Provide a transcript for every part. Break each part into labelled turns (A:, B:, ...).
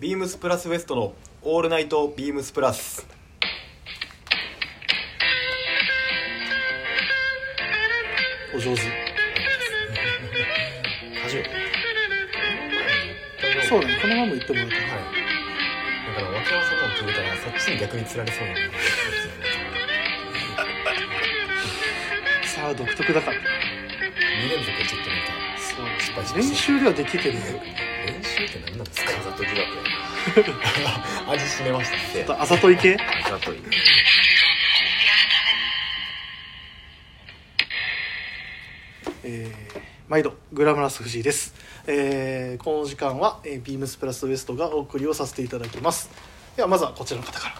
A: ビームスプラスウエストのオールナイトビームスプラス。
B: お上手
A: 初めて。
B: そうだねこのまま言ってもらって、
A: はい。だから脇の外を決めたらそっちに逆に釣られそうになるんですよね。
B: さあ独特だから
A: 二連続でちょっと見た。失敗し
B: そう
A: ました
B: 練習ではできてるよ
A: 練習って何なんですか
C: あ。ざと疑惑や
A: 味しめましたね。
C: で
B: あざとい系
C: あざとい
B: えー毎度グラムラス藤井です、えーこの時間は、えー、ビームスプラスウエストがお送りをさせていただきますではまずはこちらの方から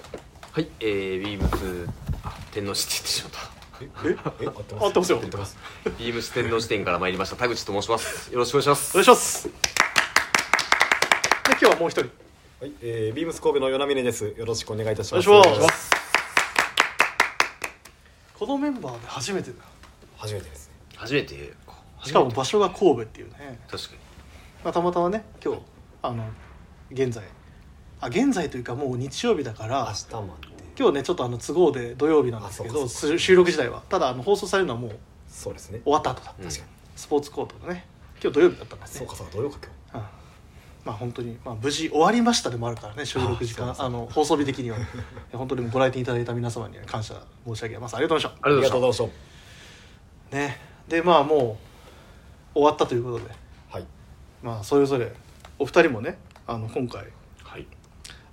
C: はいえー、ビームスあ天皇市って言ってしまった
A: え、え、合ってます。
B: 合ってますよ
A: 合ってます。
C: ビームス天皇支店から参りました田口と申しますよろしくお願いしま
B: お
C: す
B: 願いしますで今日はもう一人
A: はい、えー、ビームス神戸の与那峰です。よろしくお願いいたします。
B: お願いしますこのメンバーで初めてだ
A: 初めてですね。
C: 初めてか
B: しかも場所が神戸っていうね、
C: 確かに
B: まあ、たまたまね今日あの現在あ現在というかもう日曜日だから
A: 明日まで。
B: 今日ねちょっとあの都合で土曜日なんですけ
A: あそう
B: ど
A: かそう
B: す収録時代はただあの放送されるのはもう
A: そうですね。
B: 終わった後だった、
C: うん
B: 確かにスポーツコートのね今日土曜日だったんです
A: そう
B: ね
A: かそうかどうようか今
B: うんまあ本当にまあ無事終わりましたでもあるからね収録時間
A: あ
B: あの放送日的にはえ本当にご来店いただいた皆様には感謝申し上げますありがとうございまし
C: あり
A: 日。あり
C: が
A: が
C: と
A: と
C: う
A: うござい
C: ござい
A: ました
B: ねでまあもう終わったということで
A: た。はい。
B: まあそれぞれお二人もねあの今回
C: ましたはい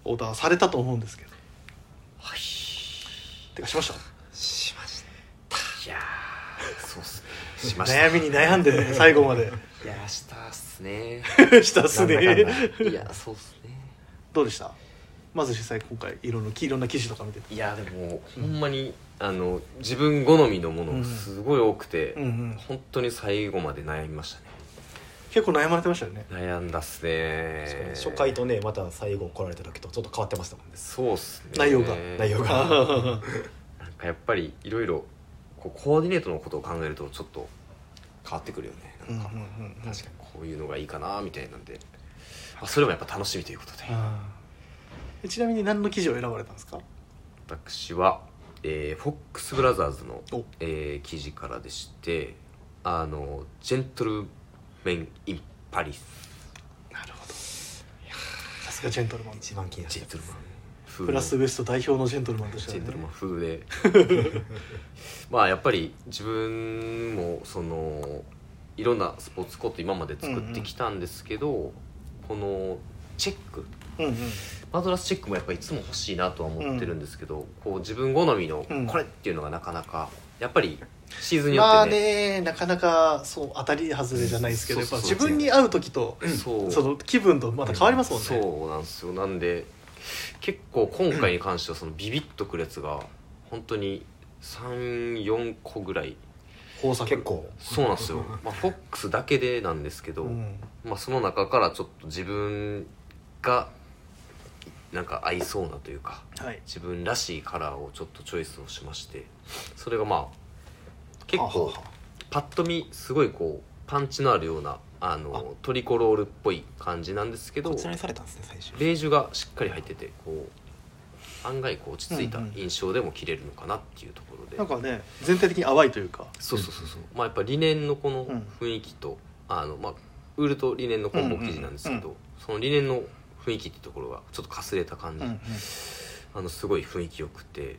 B: オーダーされたと思うんですけど
C: はい
B: てかしました
C: しましたいやーそうっすねしました
B: 悩みに悩んで 最後まで
C: いやーしたっすね
B: したっす
A: なんだ
B: ね
A: かんだ
C: いやそうっすね
B: どうでしたまず実際今回いろんなきいろんな記事とか見てて
C: いやでもほんまに、あの自分好みのものがすごい多くて、
B: うんうん
C: 本当に最後まで悩みましたね
B: 結構悩まれてましたよね
C: 悩んだっすね
A: 初回とねまた最後来られた時とちょっと変わってましたもんね。
C: そうっすね
B: 内容が
A: 内 容が。
B: あ
C: なんかやっぱりいろいろこうコーディネートのことを考えるとちょっと変わってくるよね
B: うんう
C: なんん
B: うん
C: か
B: うん
C: 確かにこういうのがいいかなみたいなんで、まあ、それもやっぱ楽しみということで
B: あーちなみに何の記事を選ばれたんですか
C: 私は、えーフォックスブラザーズの
B: お、
C: えー記事からでしてあのジェントルメン・イン・パリス
B: なるほどさすがジェントルマン
A: 一番気になっ
C: ジ
A: て
C: ェン
A: た
C: トルマン風
B: プラスウエスト代表のジェントルマンとして
C: ジェント
B: は
C: ルマン
B: ね
C: 風で まあやっぱり自分もそのいろんなスポーツコート今まで作ってきたんですけど、このチェック
B: うんうん
C: マドラスチェックもやっぱりいつも欲しいなとは思ってるんですけど、こう自分好みの
B: うん
C: これっていうのがなかなかやっぱりシーズンによ
B: まあ
C: ってね,、
B: ねなかなかそう当たり外れじゃないですけどやっぱ
C: そうそう
B: 自
C: そ
B: 分
C: う
B: に合う時と
C: そう
B: その気分とまた変わりますもんね
C: そうなんですよなんで結構今回に関してはそのビビッとくるやつが本当に34個ぐらい
B: 豊作
A: 結構
C: そうなんですよ、まあ、フォックスだけでなんですけど、
B: うん
C: まあ、その中からちょっと自分がなんか合いそうなというか
B: はい
C: 自分らしいカラーをちょっとチョイスをしましてそれがまあ結
B: はは
C: 構
B: は
C: パッと見すごいこうパンチのあるようなあのトリコロールっぽい感じなんですけど
A: こちらにされたんですね最初。
C: ベージュがしっかり入っててこう案外こう落ち着いた
B: うんうん
C: 印象でも着れるのかなっていうところで、
B: なんかね全体的に淡いというか
C: そうそうそうそう、まあやっぱ理念のこの
B: うん
C: 雰囲気と、あのまあウールと理念のコンボ記事なんですけど、その理念の雰囲気ってところがちょっとかすれた感じ、あのすごい雰囲気よくて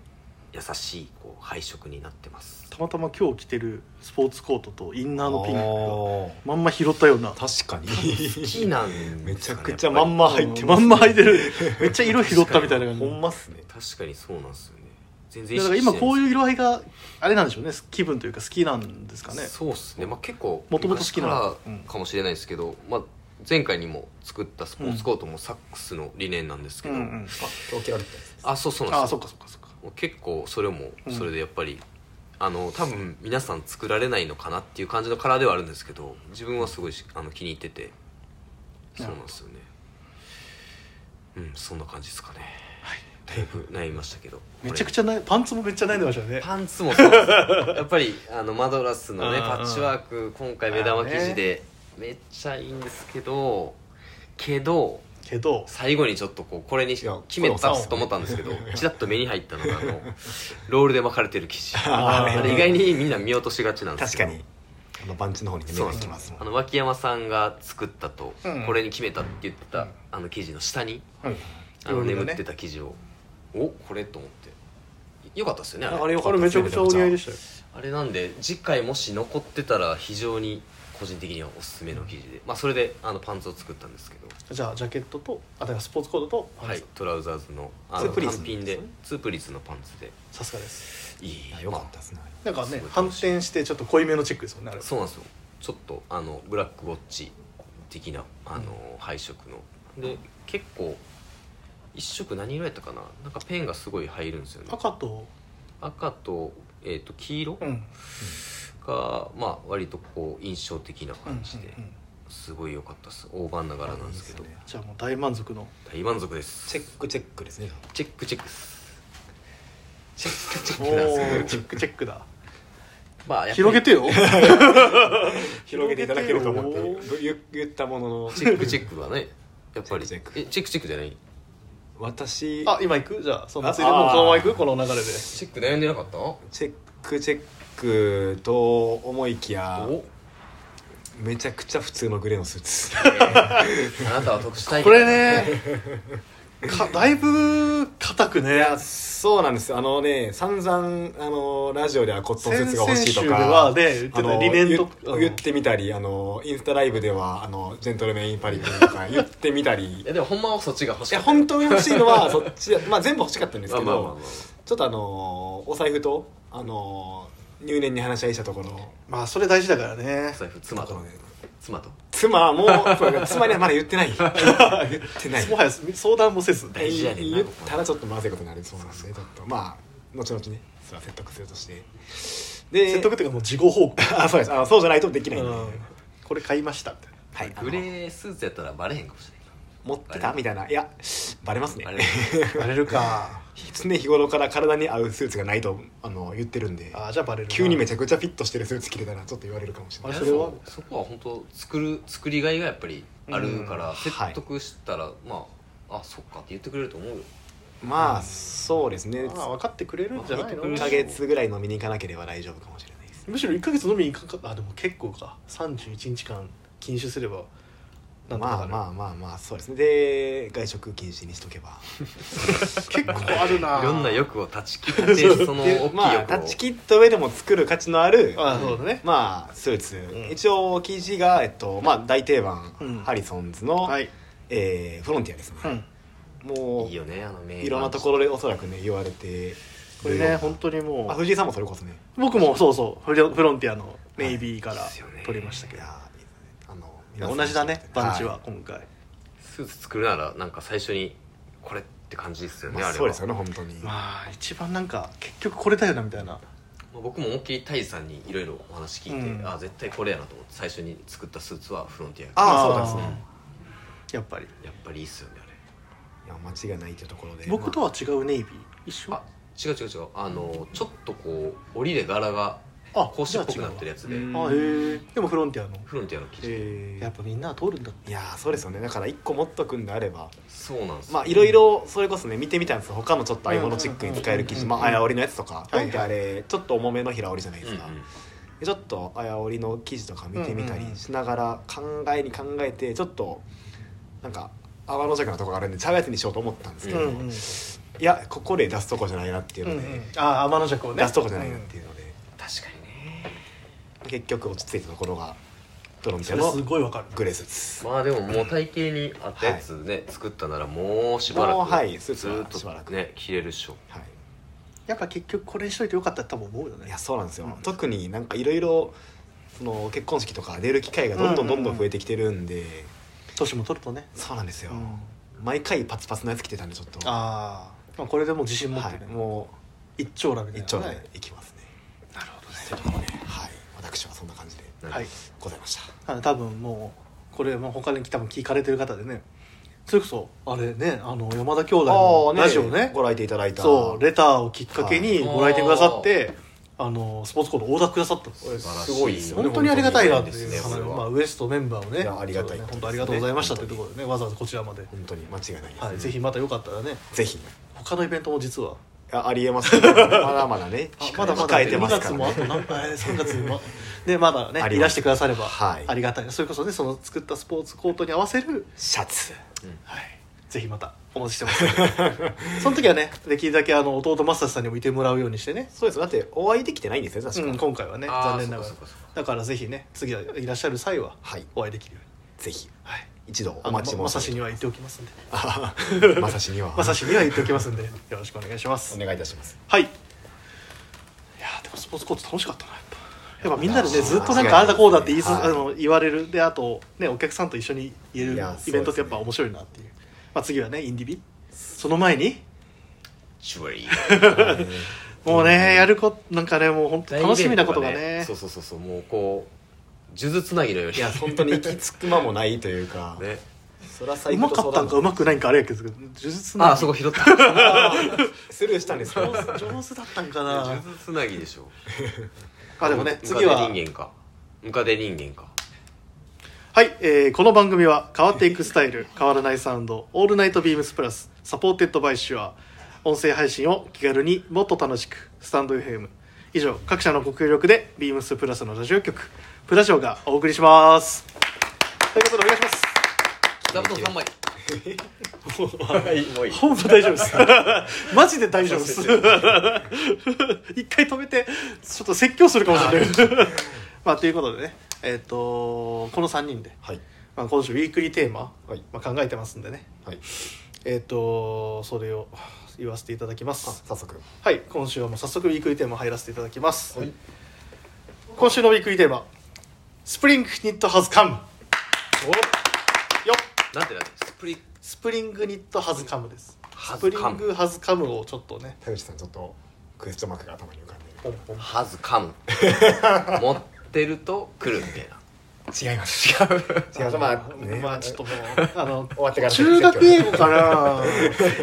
C: 優しいこう配色になってます
B: たまたま今日着てるスポーツコートとインナーのピンクが
A: あ
B: まんま拾ったような
A: ー確かに。
C: 好きなんですかね
A: めちゃくちゃ
C: やっぱ
A: ま
C: り
A: んま入って
B: ま
A: ます
B: んま履いてるめっちゃ色拾ったみたいな感じ
A: ほんまっすね。
C: 確かにそうなんですよね全然
B: だから今こう
C: う
B: いう色合いがあれなんでしょうね気分というか好きなんですかね
C: そうっすねまあ結構
B: 元々好きな
C: 昔か
B: うん
C: らかもしれないですけど、まあ前回にも作ったスポーツコートもサックスの理念なんですけ
B: うん
C: ど、
B: うん
A: あ、今日切られてたんです。
C: あそうそうなんです
B: ああそ
C: よ
B: っかそっかそっか
C: 結構それも
B: うん
C: それでやっぱり、あの多分皆さん作られないのかなっていう感じのカラーではあるんですけど自分はすごいしあの気に入っててそうなんですよねうんそんな感じですかねだいぶ悩みましたけど
B: めちゃく
C: ち
B: ちゃないパンツもめっちゃ悩んでましたよね
C: パンツもそうです やっぱりあのマドラスのね
B: うんうん
C: パッチワーク今回目玉生地でめっちゃいいんですけどけど
B: けど
C: 最後にちょっとこうこれに決
A: いや
C: め
A: これ
C: た
A: もさ
C: と思ったんですけどちらっと目に入ったのがあの ロールで巻かれてる 生地
B: あー
C: あれ意外にみんな見落としがちなんで
A: 確
C: すけ
A: か
C: ど
A: にあの番地の方にね目
C: そう
A: が
C: なん
A: 行
C: で
A: き
C: すよ
A: ますもん
C: あの脇山さんが作ったと、
B: うん
C: これに決めたって言ってた、あの記事の下に
B: はい
C: あの
B: いろいろね
C: 眠ってた記事を、おこれと思ってよかったですよねあれ
B: あれあれめちゃくちゃお似合いでしたよ
C: あれなんで次回もし残ってたら非常に個人的にはおすすめの記事で、まあ、それであのパンツを作ったんですけど
B: じゃあジャケットとあだからスポーツコートとパンツ
C: はい、トラウザーズのあの
A: ツープリーズ
C: 単品で
A: のやつね
C: ツープリーズのパンツで
B: さすがです
C: いい
A: あよかったですね
B: なんかね
C: すごい
B: 反
C: 楽しい
B: 転してちょっと濃いめのチェックですもんねあれ
C: そうなんですよちょっとあのブラックウォッチ的なあの、配色ので結構一色何色やったかななんかペンがすごい入るんですよね
B: 赤と
C: 赤と,、えー、と黄色
B: う
C: が、
B: ん
C: まあ割とこう印象的な感じで、
B: うんうんうん
C: すごい良かったです大判な柄なんですけど
A: いいですね
B: じゃあもう大満足の
C: 大満足です
A: チェックチェックですね
C: チェックチェックっすチェックチェッ
B: お
C: クなんですけ
B: ー
C: ど
B: チェックチェックだ
C: まあやっぱり
B: 広げてよ
A: 広げていただけると思っ
B: 広げ
A: て言言ったものの
C: チェックチェックはねやっぱり
A: チェックチェック
C: えチェックチェックじゃない
A: 私
B: あ今行くじゃあその
A: あ
B: ついでもう
A: あー
B: そのまま行くこの流れで
C: チェック悩んでなかったお
A: チェックチェックと思いきや
C: え
A: めちゃくちゃ普通のグレーのスーツ
C: ーあなたは特殊体験
B: こ れねかだいぶ硬くね
A: そうなんですあのね散々あのラジオではコットンスーツが欲しいと
B: 先々週
A: か
B: ではね言ってた
A: あの
B: 理念と
A: 言
B: うん
A: 言ってみたりあのインスタライブではあのジェントルメン・イン・パリとか言ってみたり
C: いやでもほんまはそっちが欲
A: い
C: しか
A: や
C: った
A: 本当に欲しいのはそっちまあ全部欲しかったんです
C: まあ
A: け
C: まあまあ
A: ど
C: ま
A: ちょっとあのお財布とあの入念に話し合いしたところ
B: まあそれ大事だから
C: あ
B: ね
C: 財布妻
A: あと
C: と
A: ね
C: 妻と
A: 妻もそう妻にはまだ言ってない言ってない
B: もはや相談もせず
C: 大事やねんな
A: 言ったらちょっとまずいことになりそうなんでちょっとまあ後々ねそれは説得するとしてで
B: 説得というかもう事後報告
A: あそうですあそうじゃないとできないんで、
B: うんこれ買いましたみたいな
A: はいあの
C: グレースーツやったらバレへんかもしれな
A: 持ってたみたいないやバレますね
C: いバレへん
B: バレるか
A: 常日頃から体に合うスーツがないとあの言ってるんで
B: あーじゃあバレるな
A: 急にめちゃくちゃフィットしてるスーツ着てたらちょっと言われるかもしれ
B: あ
A: ない
B: れそれは
C: そこは本当作る作りがいがやっぱりあるか
A: う
C: ら
A: ん
C: 説得したら、まああそっかって言ってくれると思うよ
A: まあそうですね
B: まあ分かってくれるんじゃない
A: 1
B: の
C: 分
A: か
C: かってくれる
A: 月ぐらい飲みに行かなければ大丈夫かもしれないです
B: むしろ1か月飲みに行かんかあでも結構か31日間禁酒すればなんとかな
A: まあ
B: る
A: まあまあまあそうですねで外食禁止にしとけば
B: 結構ある ない
C: ろんな欲を断ち切ってその大きい
A: で
C: 欲を、
A: まあ断ち切った上でも作る価値のある
B: ああそうだね、
A: まあスーツ、
B: ん
A: 一応生地が、えっとまあ、大定番、
B: うん
A: ハリソンズの、
B: はい、
A: えーフロンティアですね、
B: うん、
A: もう
C: いいよねあの名
A: いろんなところでおそらくね言われて
B: これね本当にも
A: あ
B: う
A: 藤井さんもそれこそね
B: 僕もそうそうフロフロンティアのネイビーから
C: はいですよね
B: 取りました
A: い
B: けど、
A: やーいいですねあの
B: で
A: 皆さ
B: も
A: ん
B: 同じだねバンチ
A: い
B: は今回、
C: スーツ作るならなんか最初にこれって感じですよね、
A: ま
C: あ
A: あ、
C: れは
A: そうですよね本当に、
B: まあ一番なんか結局これだよなみたいな
C: まあ僕も思いっきりタイさんにいろいろお話聞いて、
B: うん
C: あ絶対これやなと思って最初に作ったスーツはフロンティア
A: あ
B: ま
A: そうなんですね
B: やっぱり
C: やっぱりいいっすよねあ
A: い
C: れ
A: や間違いないというところで
B: 僕とは違うネイビー一緒
C: あ違う違う違うあのちょっとこう織りで柄が
B: あ
C: 格子っぽくなってるや
B: つ
C: つで
A: うん
B: あへえでもフロンティアの
C: フロンティアの生地、
A: えー
B: やっぱみんなは通るんだ
A: いやーそうですよねだから一個持っとくんであれば
C: そうなんですよ
A: まあいろいろそれこそね見てみたんですよ他のちょっと合い物チックに使える生地
B: うん
A: まああや織りのやつとか
B: はいはい
A: なんてあれちょっと重めの平織りじゃないで
C: うん
A: す
C: うん
A: か、でちょっとあや織りの生地とか見てみた
B: うんうんうん
A: りしながら考えに考えてちょっとなんか泡の弱なとこがあるんでちゃうやつにしようと思ったんですけ
B: う
A: ど、
B: ん
C: う
B: うん
A: いやここで出すとこじゃないなっていうので、
B: ああ天の尺をね
A: 出すとこじゃないなっていうので、
C: 確かにね
A: 結局落ち着いたところがドロンティ
B: そ
A: ア
B: れす
A: の
B: ごいわかる
A: グレースーツ
C: まあでももう体型に合ったやつね、作ったならもうしばらく
A: もうはいスーツ
C: ず
A: は
C: ーっと
A: しばらく
C: ね着れるっしょ
A: はい
B: やっぱ結局これにしといてよかったって多分思うよ
A: い
B: ね
A: やそうなんですよ、
B: うん
A: 特になんかいろいろその結婚式とか出る機会がどんどんどんどん増えてきてるんで、
B: 年も取るとね
A: そうなんですよ、
B: うん
A: 毎回パツパツのやつ着てたんでちょっと
B: ああまあこれでもう自信持って
A: はい、
B: ね
A: も
B: 一丁羅み
A: う
B: たい
A: 一
B: な
A: 丁でいきますね
B: なるほどね
A: というところではい私はそんな感じで
C: なんか
B: はい
A: ございました
B: あの多分もうこれもう他に多分聞かれてる方でねそれこそあれねあの山田兄弟のラジオね
A: ご来店いただいた
B: そうレターをきっかけに
C: はい
B: ご来店くださって、あのスポーツコードオーダーくださったんです
A: これ
C: 素晴らし
A: す
C: い
A: ごいですよね
B: 本当にありがたいなって
C: 本当
B: いう、
C: にね
B: あ
C: これ
B: の
C: は
B: まあ、ウエストメンバーをね
A: いやありがたい
B: ちょっとね本当ありがとうございましたというところでねわざわざこちらまで、
A: 本当に間違いないです、
B: はい、ぜひまたよかったらね
A: ぜひ
B: 他のイベントも実は
A: あありえます けどまだまだね
B: あまだまだ
A: 控えてますから
B: 2月もあと
A: ね
B: 何回3月もでまだ
A: あ
B: ね
A: ります
B: いらしてくだされば
A: はい
B: ありがたい、それこそねその作ったスポーツコートに合わせる、
A: シャツ
B: はい、ぜひまたお待ちしてます のでその時はねできるだけあの弟正さんにもいてもらうようにしてね、
A: そうですだってお会いできてないんですよね確か、
B: うん、今回はね
C: あー
B: 残念ながら
C: そうかそうかそうか
B: だからぜひね次はいらっしゃる際は
A: はい
B: お会いできるように、
A: ぜひ
B: はい、
A: 一度
B: あ
A: お
B: の
A: 待ち
B: まま
A: 申
B: さ
A: し
B: し
A: 上
B: に
A: げ
B: は言っておきますんで
A: て まさしには
B: まさしには言っておきますんでよろしくお願いします
A: お願いいたします
B: はいいやーでもスポーツコート楽しかったなやっぱやっぱみんなでね
A: いやー
B: ずっとなんかああだこうだって言いず、
A: はい
B: あの言われるであとねお客さんと一緒に言える
A: いやー
B: イベントって
A: そうですね
B: やっぱ面白いなっていうまあ次はねインディビその前に
C: ジュエリー
B: もうね、やるこなんかねもう本当楽しみなことがね
C: そうそうそうそうもうこう数珠つなぎのように
A: いや本当に行き着く間もないというか、
C: ね
A: そりゃ
B: う
A: 最
B: ま
A: 高
B: かったんかうまくないんかあれやけど呪術な
C: あそこ拾った数
A: スルーしたんですよ
B: 上手だったんかな
C: 珠つなぎでしょ
B: あでもね次は
C: ムカデ人間かムカデ人間か
B: はい、えーこの番組は変わっていくスタイ ル変わらないサウンド「オールナイトビームスプラス」サポーテッドバイシュア音声配信を気軽にもっと楽しくスタンド FM 以上各社のご協力でビームスプラスのラジオ局プラジオがお送りしますということでお願いし
C: 座布団3枚もういい
B: ます本部大丈夫です マジで大丈夫です一回止めてちょっと説教するかもしれない まあということでねえっ、とこの3人で
A: はい
B: まあ、今週ウィークリーテーマ、
A: はい
B: まあ、考えてますんでね
A: はい
B: えっ、とそれを言わせていただきま
A: あ
B: す
A: 早速
B: はい今週はもう早速ウィークリーテーマ入らせていただきます、
A: はい
B: 今週のウィークリーテーマ「スプリングニットハズカム」よっ
C: なんてなんてスプリ
B: スプリングニットハズカムです
C: ハ
B: スプ
C: ズ
B: リ
C: カ
B: ン
C: ム
B: グハズカムをちょっとね
A: 田口さんちょっとクエストマークが頭に浮かんで
B: ポンポン
C: はずか む持ってると来るみたいな
A: る違います違う違うまあ、ね、
B: まあちょ っともうあの
A: 終わってから
B: 中学英語 かな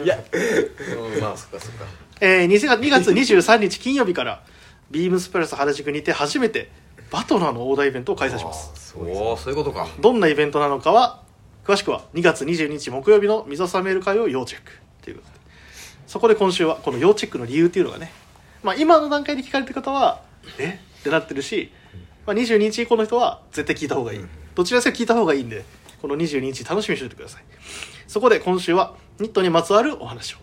C: いやうんまあそっかそっか
B: えー、2月2月23日金曜日からビームスプラス原宿にて初めてバトナーのオーダーイベントを開催します
A: すごいですね
C: おおそういうことか
B: どんなイベントなのかは詳しくは2月22日木曜日の溝冷める会を要チェックということでそこで今週はこの要チェックの理由っていうのがね、まあ、今の段階で聞かれてる方はえってなってるし、まあ、22日以降の人は絶対聞いた方がいいどちらにせよ聞いた方がいいんでこの22日楽しみにしておいてくださいそこで今週はニットにまつわるお話を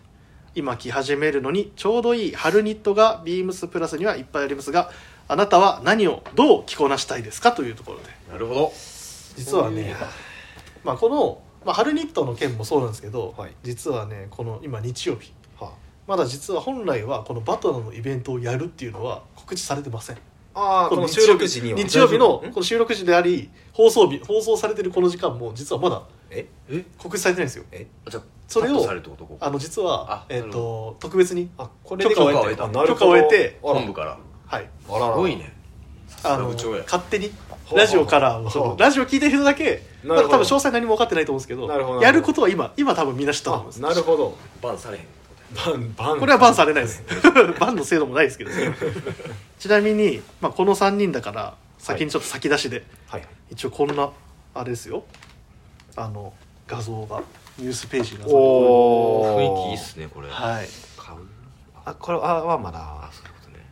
B: 今着始めるのにちょうどいい春ニットがビームスプラスにはいっぱいありますがあなたは何をどう着こなしたいですかというところで
C: なるほど
B: 実はねまあ、この、まあ、春ニットの件もそうなんですけど、
A: はい
B: 実はねこの今日曜日
A: は
B: まだ実は本来はこのバトナーのイベントをやるっていうのは告知されてません
A: ああーこ
B: の
A: の収録時には
B: 日曜日の
A: ん
B: この収録時であり放送日放送されてるこの時間も実はまだ
A: え
C: え
B: 告知されてないんですよ
A: え
C: じゃあ
B: それを
C: カットされて男
B: あの実
C: あ
B: は、え
C: な
B: っ
C: る
B: と特別に
A: あこ
B: 許可を得て
A: あなる
B: 許
A: ほ
B: 可
A: ど
B: を得て
A: あら
C: 本部から
B: はい
A: あらら
C: すごいね
B: あ
C: さ
B: の
C: すが部長や
B: 勝手に
A: ほう
B: ラジオから
A: ほう
B: そのラジオ聞いてる人だけま
A: な
B: だ
A: るほど
B: 多分詳細何も分かってないと思うんですけど
A: なるほど
B: やることは今今多分みんな知ったと思い
A: あ
B: ます
A: なるほど
C: バンされへん
A: バンバン
B: これはバンされないですバンの制度もないですけどねちなみに、まあ、この3人だから先にちょっと先出しで、
A: はいはい
B: 一応こんなあれですよあの画像がニュースページが
A: お
C: 雰囲気いいっすねこれ
B: はい
C: 買う
A: あこれあはま
C: あ
A: だ
C: そういうことね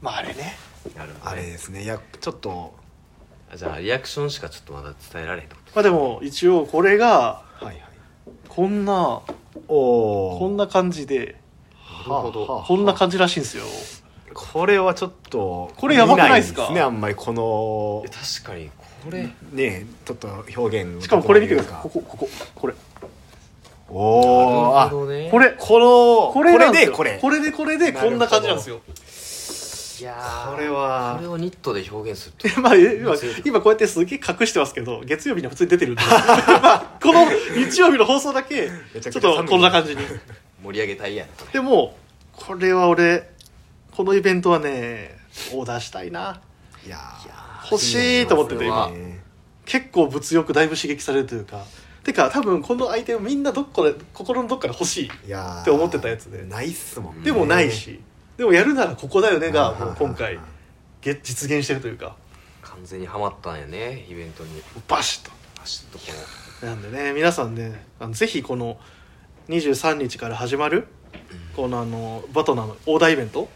B: まああれね
C: なるほどね
A: あれですねいやちょっと
C: あじゃあリアクションしかちょっとまだ伝えられへんってこと
B: まあでも一応これが
A: はいはい
B: こんな
A: おお
B: こんな感じで
C: なるほど
A: はあはあ
B: こんな感じらしいんですよ
A: これはちょっと
B: これやばくないっすか
A: 見ねあんまりこの
C: え確かにこれ
A: ねちょっと表現
B: しかもこれ見てくださいこここここれ
A: おお
C: な
A: あ
C: るほどね
B: これ
A: このこ
B: これ
A: れ
B: なんす
A: で
B: よ
A: これ
B: これでこれでこんな感じなんですよ
C: いやー
A: これは
C: これをニットで表現すると
B: で まあ、今
C: そういう
B: 今こうやってすげえ隠してますけど月曜日には普通に出てるん で、まあ、この日曜日の放送だけ
A: めち
B: ちょ
A: ゃく
B: っ
A: ちゃ
B: とこんな感じに
C: 盛り上げたいやんこれ
B: でもこれは俺このイベントはねオーダーしたいない
A: や
B: 欲しいと思ってて
C: 今
B: 結構物欲だいぶ刺激されるというかてか多分このアイテムみんなどっかで心のどっかで欲しい
A: いやー
B: って思ってたやつで
A: ないっすもんね
B: でもないし、でもやるならここだよね
A: はい
B: が
A: はい
B: も
A: は
B: う
A: い
B: 今回げ実現してるというか
C: 完全にはまったんやねイベントに
B: バシッと
C: バシッとこう
B: なんでね皆さんねあのぜひこの23日から始まるこのあのバトナーのオーダーイベント、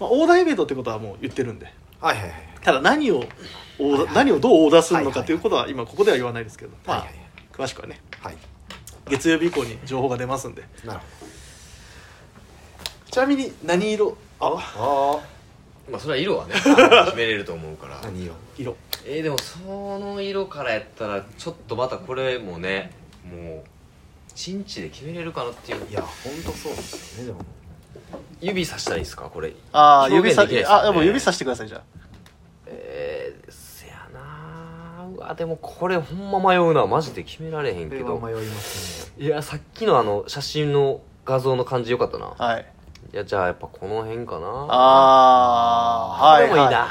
B: まあ、オーダーイベントってことはもう言ってるんで
A: はいはいはい
B: ただ何をオーダー
A: はいはい
B: 何をどうオーダーする
A: はいは
B: の
A: い
B: か
A: はい
B: ということは今ここでは言わないですけど、まあ
A: はい
B: 詳しくはね
A: はい
B: 月曜日以降に情報が出ますんで
A: なるほ
B: ちなみに何色あ
A: どあ
C: まあそれは色はね決めれると思うから
A: あ何色
B: 色
C: えー、でもその色からやったらちょっとまたこれもねもうチンチで決めれるかなっていう
A: いや本当そうですよねでも
C: 指さしたらいいですかこれ
B: ああ
C: 表
B: 指
C: 現
B: さ
C: できないすよね
B: あでも指さしてくださいじゃあ
C: えー、せやなーうわでもこれほんま迷うなマジで決められへん
A: こ
C: け
A: れ
C: ど
A: は迷いますね
C: いやさっきのあの写真の画像の感じよかったな
B: はい
C: いやじゃあやっぱこの辺かな
B: ああ
C: こ
B: は
C: れ
B: い、
C: もいい
B: は
C: な、
B: あ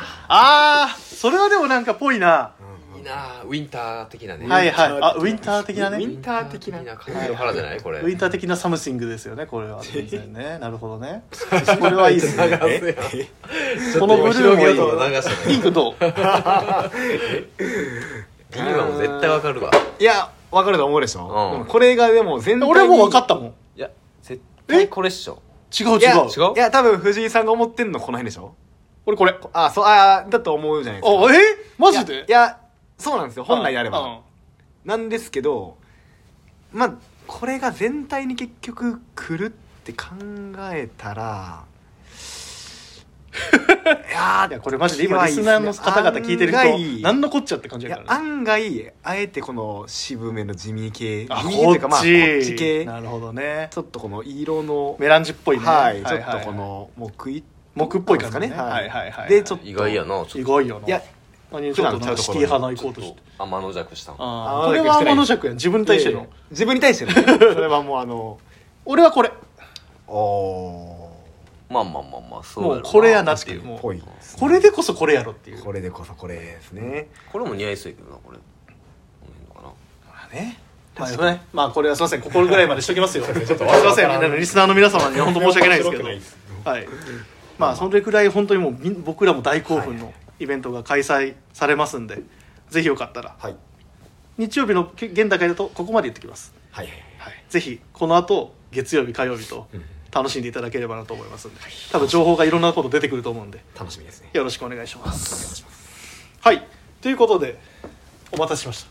B: あそれはでもなんかぽいな
C: うんいいなウィンター的なね
B: はいはい
A: ウィンター的な
B: あウィンター的
A: ウィンター的な
B: なね
C: ウィンター的な感じの腹じゃないこれ
B: ウィンター的なサムシングですよねこれは全 然ねなるほどねこれはいいですね
C: 流す
A: え
C: やん
B: このブルーもいい
C: ちょっと今広げようと流した
B: ピンクどう
C: のに今も絶対わかるわ
A: いや分かると思うでしょ、
C: うん
A: でもこれがでも全体に
B: 俺はもう分かったもん
C: いや絶対これっしょ
B: 違う違う
A: いや
C: 違う
A: いや多分藤井さんが思ってんのこの辺でしょ
B: 俺これあ
A: あそうあーだと思うじゃないですか
B: えマジ
A: いや
B: で
A: いやそうなんですよ本来であれ
B: うん
A: ばなんですけどまあこれが全体に結局来るって考えた らいや
B: いやこれマジで今リスナーの方々聞いてる人何のこっちゃって感じ
A: い
B: やか
A: や
B: らね
A: 案外あえてこの渋めの地味系
B: あ
A: 地味系というかまあこっち系
B: なるほどね
A: ちょっとこの色の
B: メランジっぽいね
A: はいちょっとこの木い
B: 木っぽい感じね
A: ですかね
B: はいはいはい
A: でちょっと
C: 意外やなちょ
B: 意
C: っと
B: 外よない
A: や
B: 何ちょっとなんかシティ派な行こうとして
C: 天の弱したの
B: あーこれは天の弱やん自分に対して
A: いや
B: の
A: いや自分に対しての それはもうあ の
B: 俺はこれ
A: お
C: まあまあまあまあそう
B: も
C: ろ
B: う
C: な
B: これやなっていうもう
A: ーぽい
B: これでこそこれやろっていう
A: これでこそこれですね
C: これも似合いそうやけどなこれこの辺かな
B: まあねまあでもねまあこれはすいません心ぐらいまでしとき ますよすいませんみんなのリスナーの皆様には本当申し訳ないですけど
A: 面白
B: はいまあそれくらい本当にもうみん僕らも大興奮のイベントが開催されますんでぜひよかったら
A: はい
B: 日曜日のけ現段階だとここまで言ってきます
A: はい
B: はい、ぜひこの後月曜日火曜日と楽しんでいただければなと思いますんで多分情報がいろんなこと出てくると思うんで
A: 楽しみですね
B: よろしくお願いしますはいということでお待たせしました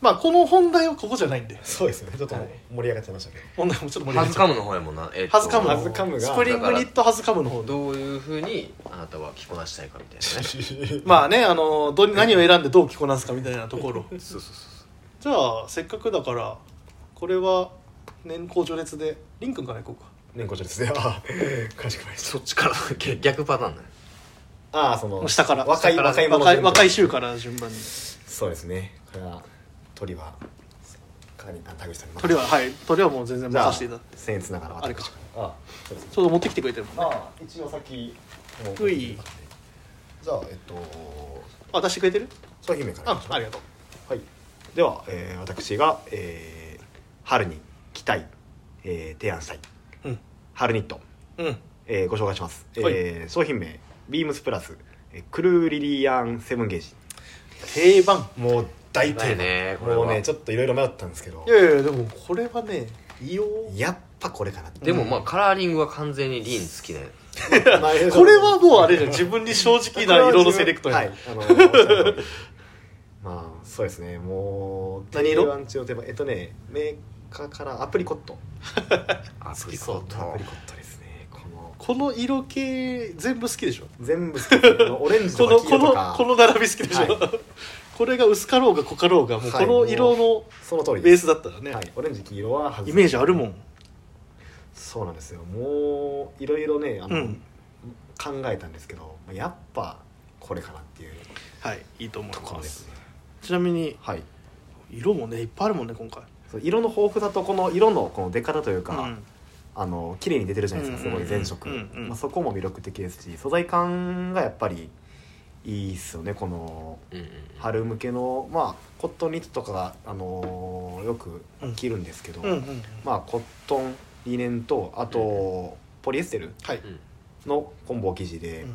B: まあこの本題はここじゃないんで
A: そうですねちょっともう盛り上がっちゃいましたけど
B: 本題もちょっと盛り上
C: ハ
B: がっ
C: ズ
B: ちゃ
C: カ
B: う
C: ムの方やもんなえっと
B: ハズカムの
A: ハズカムが
B: スプリングニットハズカムの方で
C: どういうふうにあなたは着こなしたいかみたいなね
B: まあねあのど何を選んでどう着こなすかみたいなところ
C: そうそうそう
B: じ
C: そ
B: ゃあせっかくだからこれは年功序列でリン君からいこうか
A: 年功序列でああかしくないで
C: うそっちから逆逆パターンだよ
A: ああその
B: 下から
A: 若い
B: 下から
A: 若い者
B: 若い
A: 順番
B: 若い衆から順番に
A: そうですねこれは鳥はかにあ田口さんに
B: 鳥ははい鳥はもう全然
A: じゃ
B: 任
A: あ
B: せていただいて
A: 僭越ながら私
B: あれか
A: ああそうですね
B: ちょうど持ってきてくれてるもんね
A: まあ一応先も
B: うい
A: じゃあえっと
B: あ出してくれてる
A: 商品名からいきましょう
B: あありがとう
A: はい、では、えー私が、えー春に着たい、えー提案したい
B: うん
A: 春ニット、
B: うん
A: えーご紹介します、
B: はい
A: えー商品名ビームスプラス、えークルーリリアンセブンゲージ
B: 定番
A: もう大
C: だよねこれは
A: もうねちょっといろいろ迷ったんですけど
B: いやいやでもこれはねいいよ
A: やっぱこれかなって
C: でもまあカラーリングは完全にリン好きだよ
B: これはもうあれじゃん自分に正直な色のセレクトや
A: はい
B: ん
A: あのー まあそうですねもう
B: 何色
A: 定番中の定番えっとねメーカーからアプリコット
C: アプリコ
A: そ
C: ッ
A: う
C: ト
A: アプリコットですねこの
B: この色系全部好きでしょ
A: 全部好きですねあ のオレンジ
B: ことの
A: か黄
B: こ
A: 色
B: の
A: とか
B: この並び好きでしょ、
A: は
B: これが薄かろうが濃かろうがもうこ
A: はい
B: の色の
A: その通り
B: ベー
A: です
B: スだったらね、
A: はい、オレンジ黄色は外
B: イメー
A: ジ
B: ジあるもん
A: そうなんですよもういろいろねあの、
B: うん
A: 考えたんですけどやっぱこれかなっていう
B: はいいいと思い
A: ところ
B: ま
A: です
B: す
A: ね
B: ちなみに
A: はい
B: 色もねいっぱいあるもんね今回
A: そう色の豊富さとこの色のこの出方というか、
B: うん
A: あの綺麗に出てるじゃないですかす
B: うんうん
A: ご
B: うん
A: い全色、
B: うんうん
A: まあ、そこも魅力的ですし素材感がやっぱりいいっすよねこの
C: うんうん
A: 春向けのまあコットンニットとかが、あのーよく着るんですけど、
B: うんうんうん
A: まあコットンリネンとあとポリエステル
B: はい
C: うん
A: のコンボ記事で、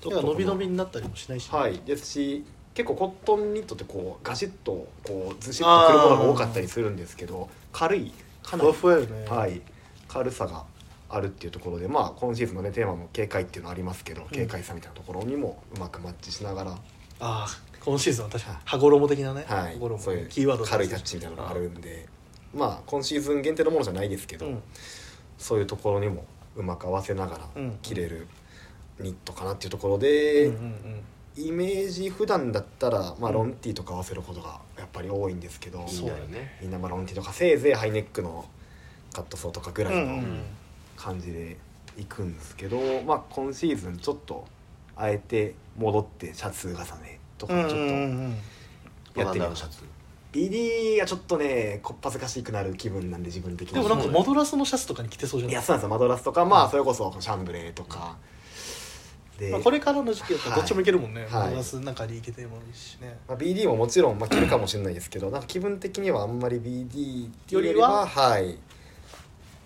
B: 手が伸び伸びになったりもしないし、
A: はいですし結構コットンニットってこうガシッとこうずしっとくるものが多かったりするんですけど軽いかな
B: ふわ
A: り
B: ふわよね、
A: はい、軽さがあるっていうところで、まあ、今シーズンの、ね、テーマも警戒っていうのありますけど、警戒さみたいなところにもうまくマッチしながら、
B: ああ今シーズンは確かに羽衣的なね、
A: はい
B: 羽衣、
A: そういう
B: キーワード
A: 軽いタッチみたいなのがあるんでまあ、今シーズン限定のものじゃないですけ
B: う
A: ど、
B: ん
A: そういうところにもうまく合わせながら
B: うん
A: 着れるニットかなっていうところ
B: うん
A: で、
B: うんうん
A: イメージ普段だったら、まあ、
B: うん
A: ロンティーとか合わせることがやっぱり多いんですけど、
C: みんなでね
A: みんなまあロンティーとかせいぜいハイネックのカットソーとかぐら
B: う
A: い
B: んう
A: の
B: ん
A: 感じでいくんですけど、まあ、今シーズンちょっとあえて戻ってシャツ重ねと
B: うん
A: かちょっと
B: う
A: や
B: ん
A: ってみ
C: バナ
A: ま
C: ナ
A: し
C: シ
A: た
C: ャツ
A: BD がちょっとねこっぱずかしくなる気分なんで自分的に
B: でもなんか
C: そうだね
B: モドラスのシャツとかに着てそう
A: い
B: じゃな
A: や
B: い
A: そうなんですよマドラスとか、ま
B: う
A: あ、
B: ん
A: それこそシャンブレーとか、で、
B: まあ、これからの時期だったらどっちもいけるもんね、
A: はい
B: マイナスの中にいけてもいいしね、
A: まあ、BD ももちろん、まあ、着るかもしれないですけどなんか気分的にはあんまり BD っていうよりははい、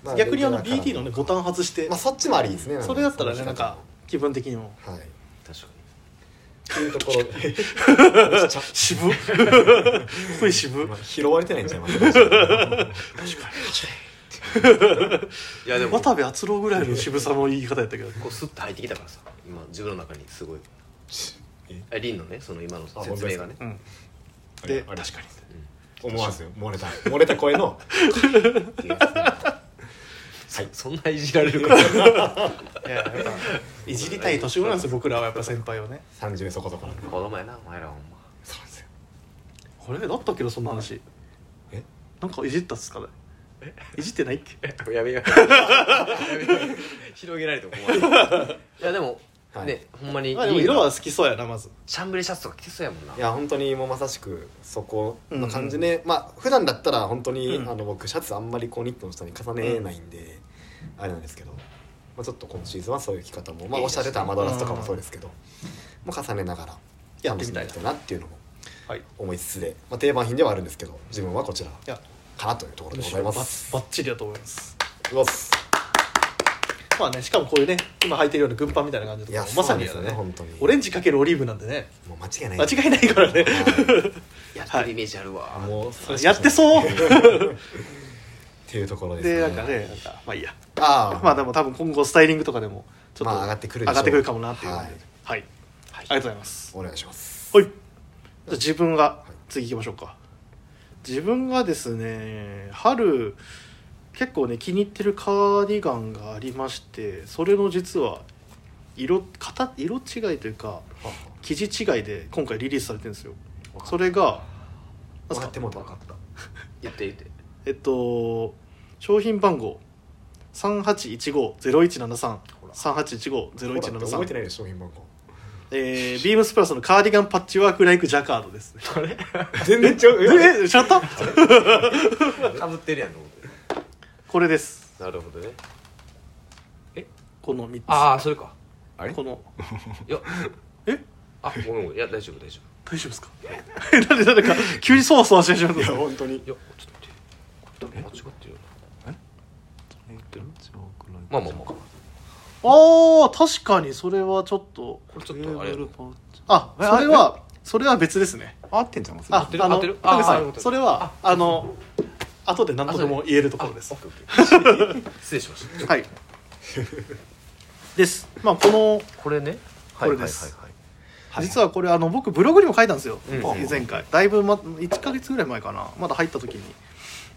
A: ま
B: 逆にあの
A: レギュラー
B: BD のねボタン外して、
A: まあ、そっちもありですねなんか
B: それだったらね
A: そ
B: な
A: の
B: ん
A: 仕方
B: か
A: も
B: 気分的にも
A: はい
C: 確かに
A: っていうところ で
B: 渋声渋
A: まあ拾われてないんちゃいますか
C: いやでも
B: 渡部篤郎ぐらいの渋さの言い方やったけど
C: こうスッと入ってきたからさ今自分の中にすごい
A: え
C: あリンのねその今の
A: あ
C: 説明 がね
B: うん
A: で
B: で
A: 確か
B: 確かに
A: に思わず漏れた漏れた声のっていうやつ
C: そそんないじられるから
B: いややっぱいじりたい年頃なんですよ僕らはやっぱ先輩をね
A: 30そこそこなんで
C: 子供やなお前らほんま
A: そうなんですよ
B: これだったっけどそんな話
A: え
B: なんかいじったっすかねいじってないっけ
C: やめようやめよう広げられても困るいやでも、
A: はい
C: ねほんまに
B: まあでも
C: リンが
B: 色は好きそうやなまず
C: シャンブレーシャツとか着てそうやもんない
A: や本当にもうまさしくそこの感じで、まあ普段だったら本当に、
B: うん
A: あの僕シャツあんまりこうニットの下に重ねないんで、あれなんですけど、まあ、ちょっと今シーズンはそういう着方も、まあ、
C: いい
A: お
C: で
A: し
C: す
A: ゃ
C: ね
A: れたマドラスとかもそうですけど、もう重ねながら
B: やってみたいな
A: 楽しんできなっていうのも
B: はいい
A: 思いつつで、まあ、定番品ではあるんですけど自分はこちら
B: や
A: かなというところでござい
B: バ
A: ます
B: ッバッチリだと思います
A: うわっす
B: まあねしかもこういうね今履いてるような軍パンみたいな感じ
A: い
B: とか
A: や
B: もまさに
A: そうなんですよね
B: だ
A: 本当に
B: オレンジかけるオリーブなんでね
A: もう間違いない
B: 間違いないからね
C: やってるイメージあるわ、
A: あもうそれしか
B: やってそう
A: っていうところです
B: でなんかねなんかまあいいや
A: ああ
B: まあでも多分今後スタイリングとかでもちょっと
A: まあ上がってくるでしょう
B: 上がってくるかもなっていう
A: は
B: はいい、はいありがとうございます
A: お願いします
B: はいじゃあ自分が次行きましょうか自分がですね春結構ね気に入ってるカーディガンがありましてそれの実は色型色違いというか生地違いで今回リリースされてるんですよそれが
A: 分かってもうた分かった
C: 言って言って
B: えっと商品番号三八一五ゼロ一七三
A: ほら
B: 三八一五ゼロ一
A: ほ
B: 七
A: ら覚えて
B: 三
A: ないで商品番号
B: えービームスプラスのカーディガンパッチワークライクジャカードですね
A: 全然違 う
B: ええシャッター
C: かぶってるやんと思っ
B: これです
C: てなるほどね
B: この三つ
C: ああそれかあれ
B: この
C: い や
B: え
C: あごめんごめんいや大丈夫大丈
B: 大丈夫ですか えなんでなんか急にそわそわしてしまった
A: いや本当に
C: 夫いやちょっと待ってこれ多分間違ってるよなまあまあまあ
B: あー確かにそれはちょっと
C: これちょっとあれやな
B: あそれはそれは別ですね
A: 合ってんじゃん
B: あ
C: ってる
B: あの
C: 合ってる
B: 田口さ
C: あ
B: ん
C: ー
B: それはあの後で何とでも言えるところです
C: あオッケーオッケー 失礼しました
B: はいですまあこの
C: これね
B: これです
C: はいはいはい
B: 実はこれあの僕ブログにも書いたんですよ、
C: うん
B: 前回だいぶ、ま、1か月ぐらい前かなまだ入った時に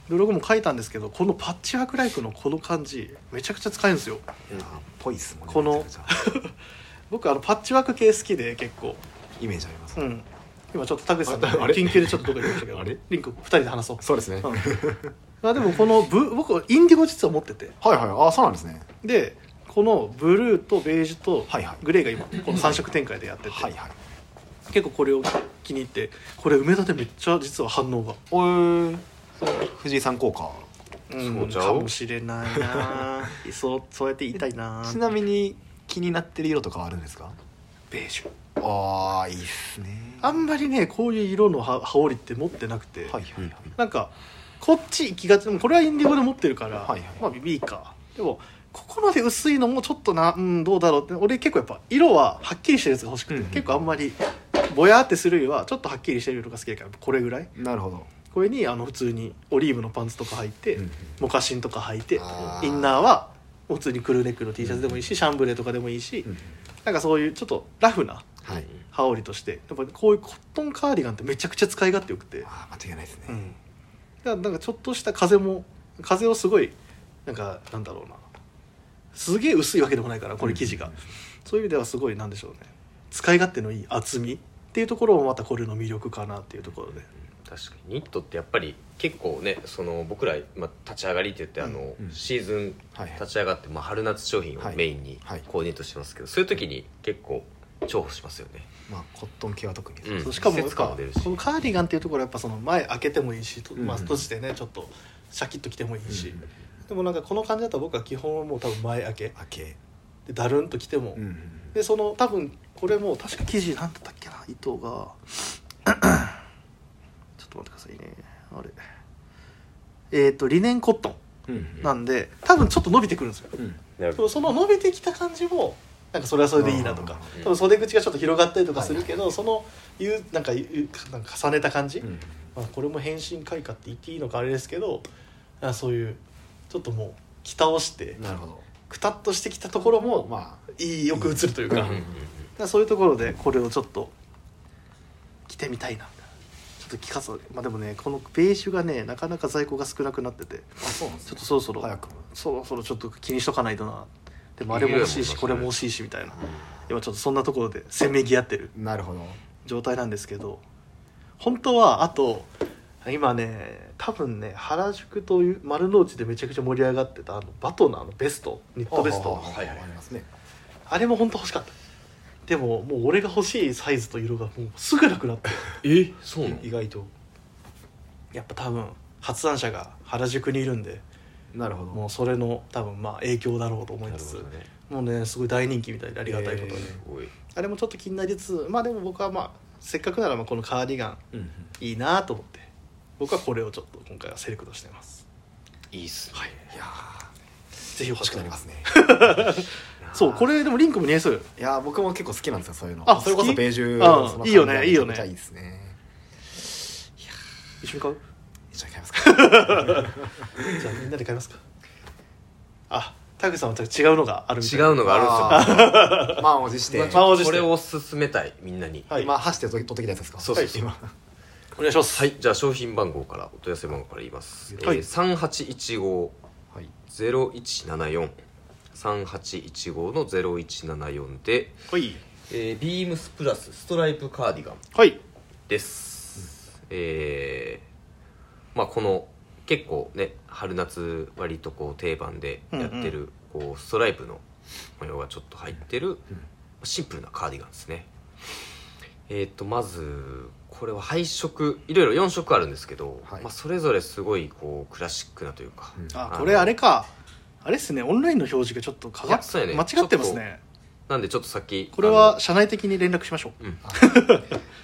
B: ブログも書いたんですけどこのパッチワークライフのこの感じめちゃくちゃ使えるんですよ
A: ぽいっすもんね
B: この
A: めちゃくちゃ
B: 僕あのパッチワーク系好きで結構
A: イメージあります
B: うん今ちょっと田口さんと
A: あれ
B: 緊急でちょっとどこか行きました けど
A: あれ
B: リンク2人で話そう
A: そうですね
B: う
A: はい
B: んまあでもこのブ僕インディゴ実は持ってて
A: はいあそうなんですね
B: でこのブルーとベージュと
A: はいはい
B: グレーが今この3色展開でやってて、
A: はいはい
B: 結構これを気に入ってこれ梅田でめっちゃ実は反応が、
A: おー藤井さん効果
C: そうちゃう
B: かもしれない なそうそうやって言いたいな
A: ちなみに気になってる色とかはあるんですか
B: ベージュ
A: ああいいっすね
B: あんまりねこういう色のは羽織って持ってなくて、
A: はいはいはい
B: なんかこっち行きがちでもこれはインディゴで持ってるから、
A: はいはい
B: まあ B かでもここまで薄いのもちょっとなうんどうだろうって俺結構やっぱ色ははっきりしてるやつが欲しくて、
A: うん
B: 結構あんまりぼやってするよりはちょっとはっきりしてる色が好きだからこれぐらい
A: なるほど、
B: これにあの普通にオリーブのパンツとか履いて、
A: うん
B: モカシンとか履いて
C: あー
B: インナーは普通にクルーネックの T シャツでもいいし、シャンブレーとかでもいいし、
A: うん
B: なんかそういうちょっとラフな
A: はい
B: 羽織としてやっぱこういうコットンカーディガンってめちゃくちゃ使い勝手よくて、
A: ああ間違いないですね、
B: うん、だからなんかちょっとした風も風をすごいなんかなんだろうなすげえ薄いわけでもないからこれ生地が、
A: うん
B: そういう意味ではすごいなんでしょうね使い勝手のいい厚みっていうところもまたこれの魅力かなっていうところで、
C: 確かにニットってやっぱり結構ねその僕ら、まあ、立ち上がりって言ってあの、
A: うんうん
C: シーズン
A: はいはい
C: 立ち上がって、まあ、春夏商品を
A: はい
C: メインに
A: はい
C: コーディネートしてますけど、そういう時に結構重宝しますよね
A: まあコットン系は特にです
C: う
A: ね、
C: ん
B: そうしかもや
C: 季
B: っ
C: 節感
B: ぱ
C: も出るし
B: このカーディガンっていうところはやっぱその前開けてもいいし、と
A: うん
B: まあ、閉じてねちょっとシャキッと着てもいいし、
A: うん
B: でもなんかこの感じだったら僕は基本はもう多分前開け
A: 開け
B: でだるんと着ても、
A: うん
B: でその多分これもう確か生地なんだったっけな伊藤が ちょっと待ってくださいねあれえっ、とリネンコット
A: うん
B: ンなんで多分ちょっと伸びてくるんですよ
A: うん
C: なる
B: でもその伸びてきた感じもなんかそれはそれでいいなとか
C: うん
B: 多分袖口がちょっと広がったりとかするけど、そのいうなんかいうなんか重ねた感じ、
A: うん
B: まあ、これも変身開花って言っていいのかあれですけどあそういうちょっともう着倒して
A: なるほど
B: くたっとしてきたところも、まあ、
A: まあ
B: いいよく映るというか,、
C: うん
B: だ
C: う
B: か
C: んうん
B: らそういうところでこれをちょっと着てみたいなちょっと着かさまあでもねこのベージュがねなかなか在庫が少なくなってて
A: あそうなんです
B: ちょ
A: ね
B: っとそろそろ
A: 早く
B: そろそろちょっと気にしとかないとなでもあれも欲しい
C: い
B: し
C: や
B: これも欲しいしみたいな今ちょっとそんなところでせめぎ合ってる
A: なるほど
B: 状態なんですけど本当はあと今ね多分ね原宿という丸の内でめちゃくちゃ盛り上がってたあのバトナーのベストニットベスト
A: は
C: はいはい
A: ありますね
B: あれも本当欲しかったでももう俺が欲しいサイズと色がもうすぐなくなって
C: えそうなの
B: 意外とやっぱ多分発案者が原宿にいるんで
A: なるほど
B: もうそれの多分まあ影響だろうと思い
C: な
B: つ
C: る
B: つ、
C: ほどね
B: もうねすごい大人気みたいでありがたいことに、
A: へー
C: すごい
B: あれもちょっと気になりつつまあでも僕はまあせっかくならまあこのカーディガン
A: うんうん
B: いいなと思って僕はこれをちょっと今回はセレクトしてます
C: いいっすね
B: はい
A: いやー
B: ぜひ欲
A: 欲
B: し
A: し
B: く
A: く
B: な
A: な
B: り
A: り
B: ま
A: ますすね
B: そうこれでもリンクも似合いそうよ
A: いやー僕も結構好きなんですよそういうの
B: あ
A: それこ
B: 好
A: そ
B: き
A: ベージュ
B: うん
A: のその感じ
B: いいよね
A: が
B: いいよね
A: めちゃくちゃいいですね
B: 一緒に買う
A: 一緒に買いますか
B: じゃあみんなで買いますかあ田口さんは違うのがあるみた
C: 違
B: いな
C: うのがあるんですよ
A: あー満を持して
C: まあ
B: 満を持して
C: これを勧めたいみんなに
B: は
C: はい
A: 今箸で取ってきたやつですか
C: そうそうそう
A: はい
B: お願いします
C: いじゃあ商品番号からお問い合わせ番号から言います、
B: はい
C: えー、
A: 今はい
C: 3815-01743815の0174で、
B: はい
C: えー、ビームスプラスストライプカーディガン
B: はい
C: です、えーまあこの結構ね春夏割とこう定番でやってる、こうストライプの模様がちょっと入って
A: う
C: る
A: ん
C: シンプルなカーディガンですねえっ、とまずこれは配色いろいろ4色あるんですけど、
A: はい
C: まあ、それぞれすごいこうクラシックなというか、
A: うん
B: あこれあれかあれっすねオンラインの表示がちょっとか
C: い
B: が
C: やそうやね
B: 間違ってますね
C: なんでちょっとさっき
B: これ
C: あ
B: は社内的に連絡しましょう